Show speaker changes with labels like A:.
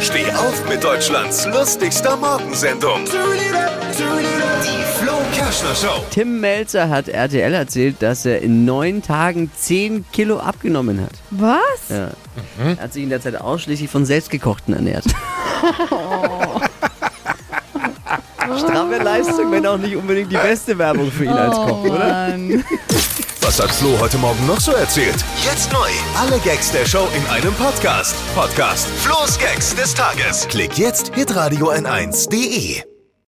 A: Steh auf mit Deutschlands lustigster Morgensendung. Die Flo Kerschner Show.
B: Tim Melzer hat RTL erzählt, dass er in neun Tagen 10 Kilo abgenommen hat.
C: Was?
B: Ja. Er hat sich in der Zeit ausschließlich von selbstgekochten ernährt. Stramme Leistung, wenn auch nicht unbedingt die beste Werbung für ihn als Koch, oder?
C: Mann.
A: Was hat Flo heute Morgen noch so erzählt? Jetzt neu. Alle Gags der Show in einem Podcast. Podcast Flo's Gags des Tages. Klick jetzt, hitradio n1.de.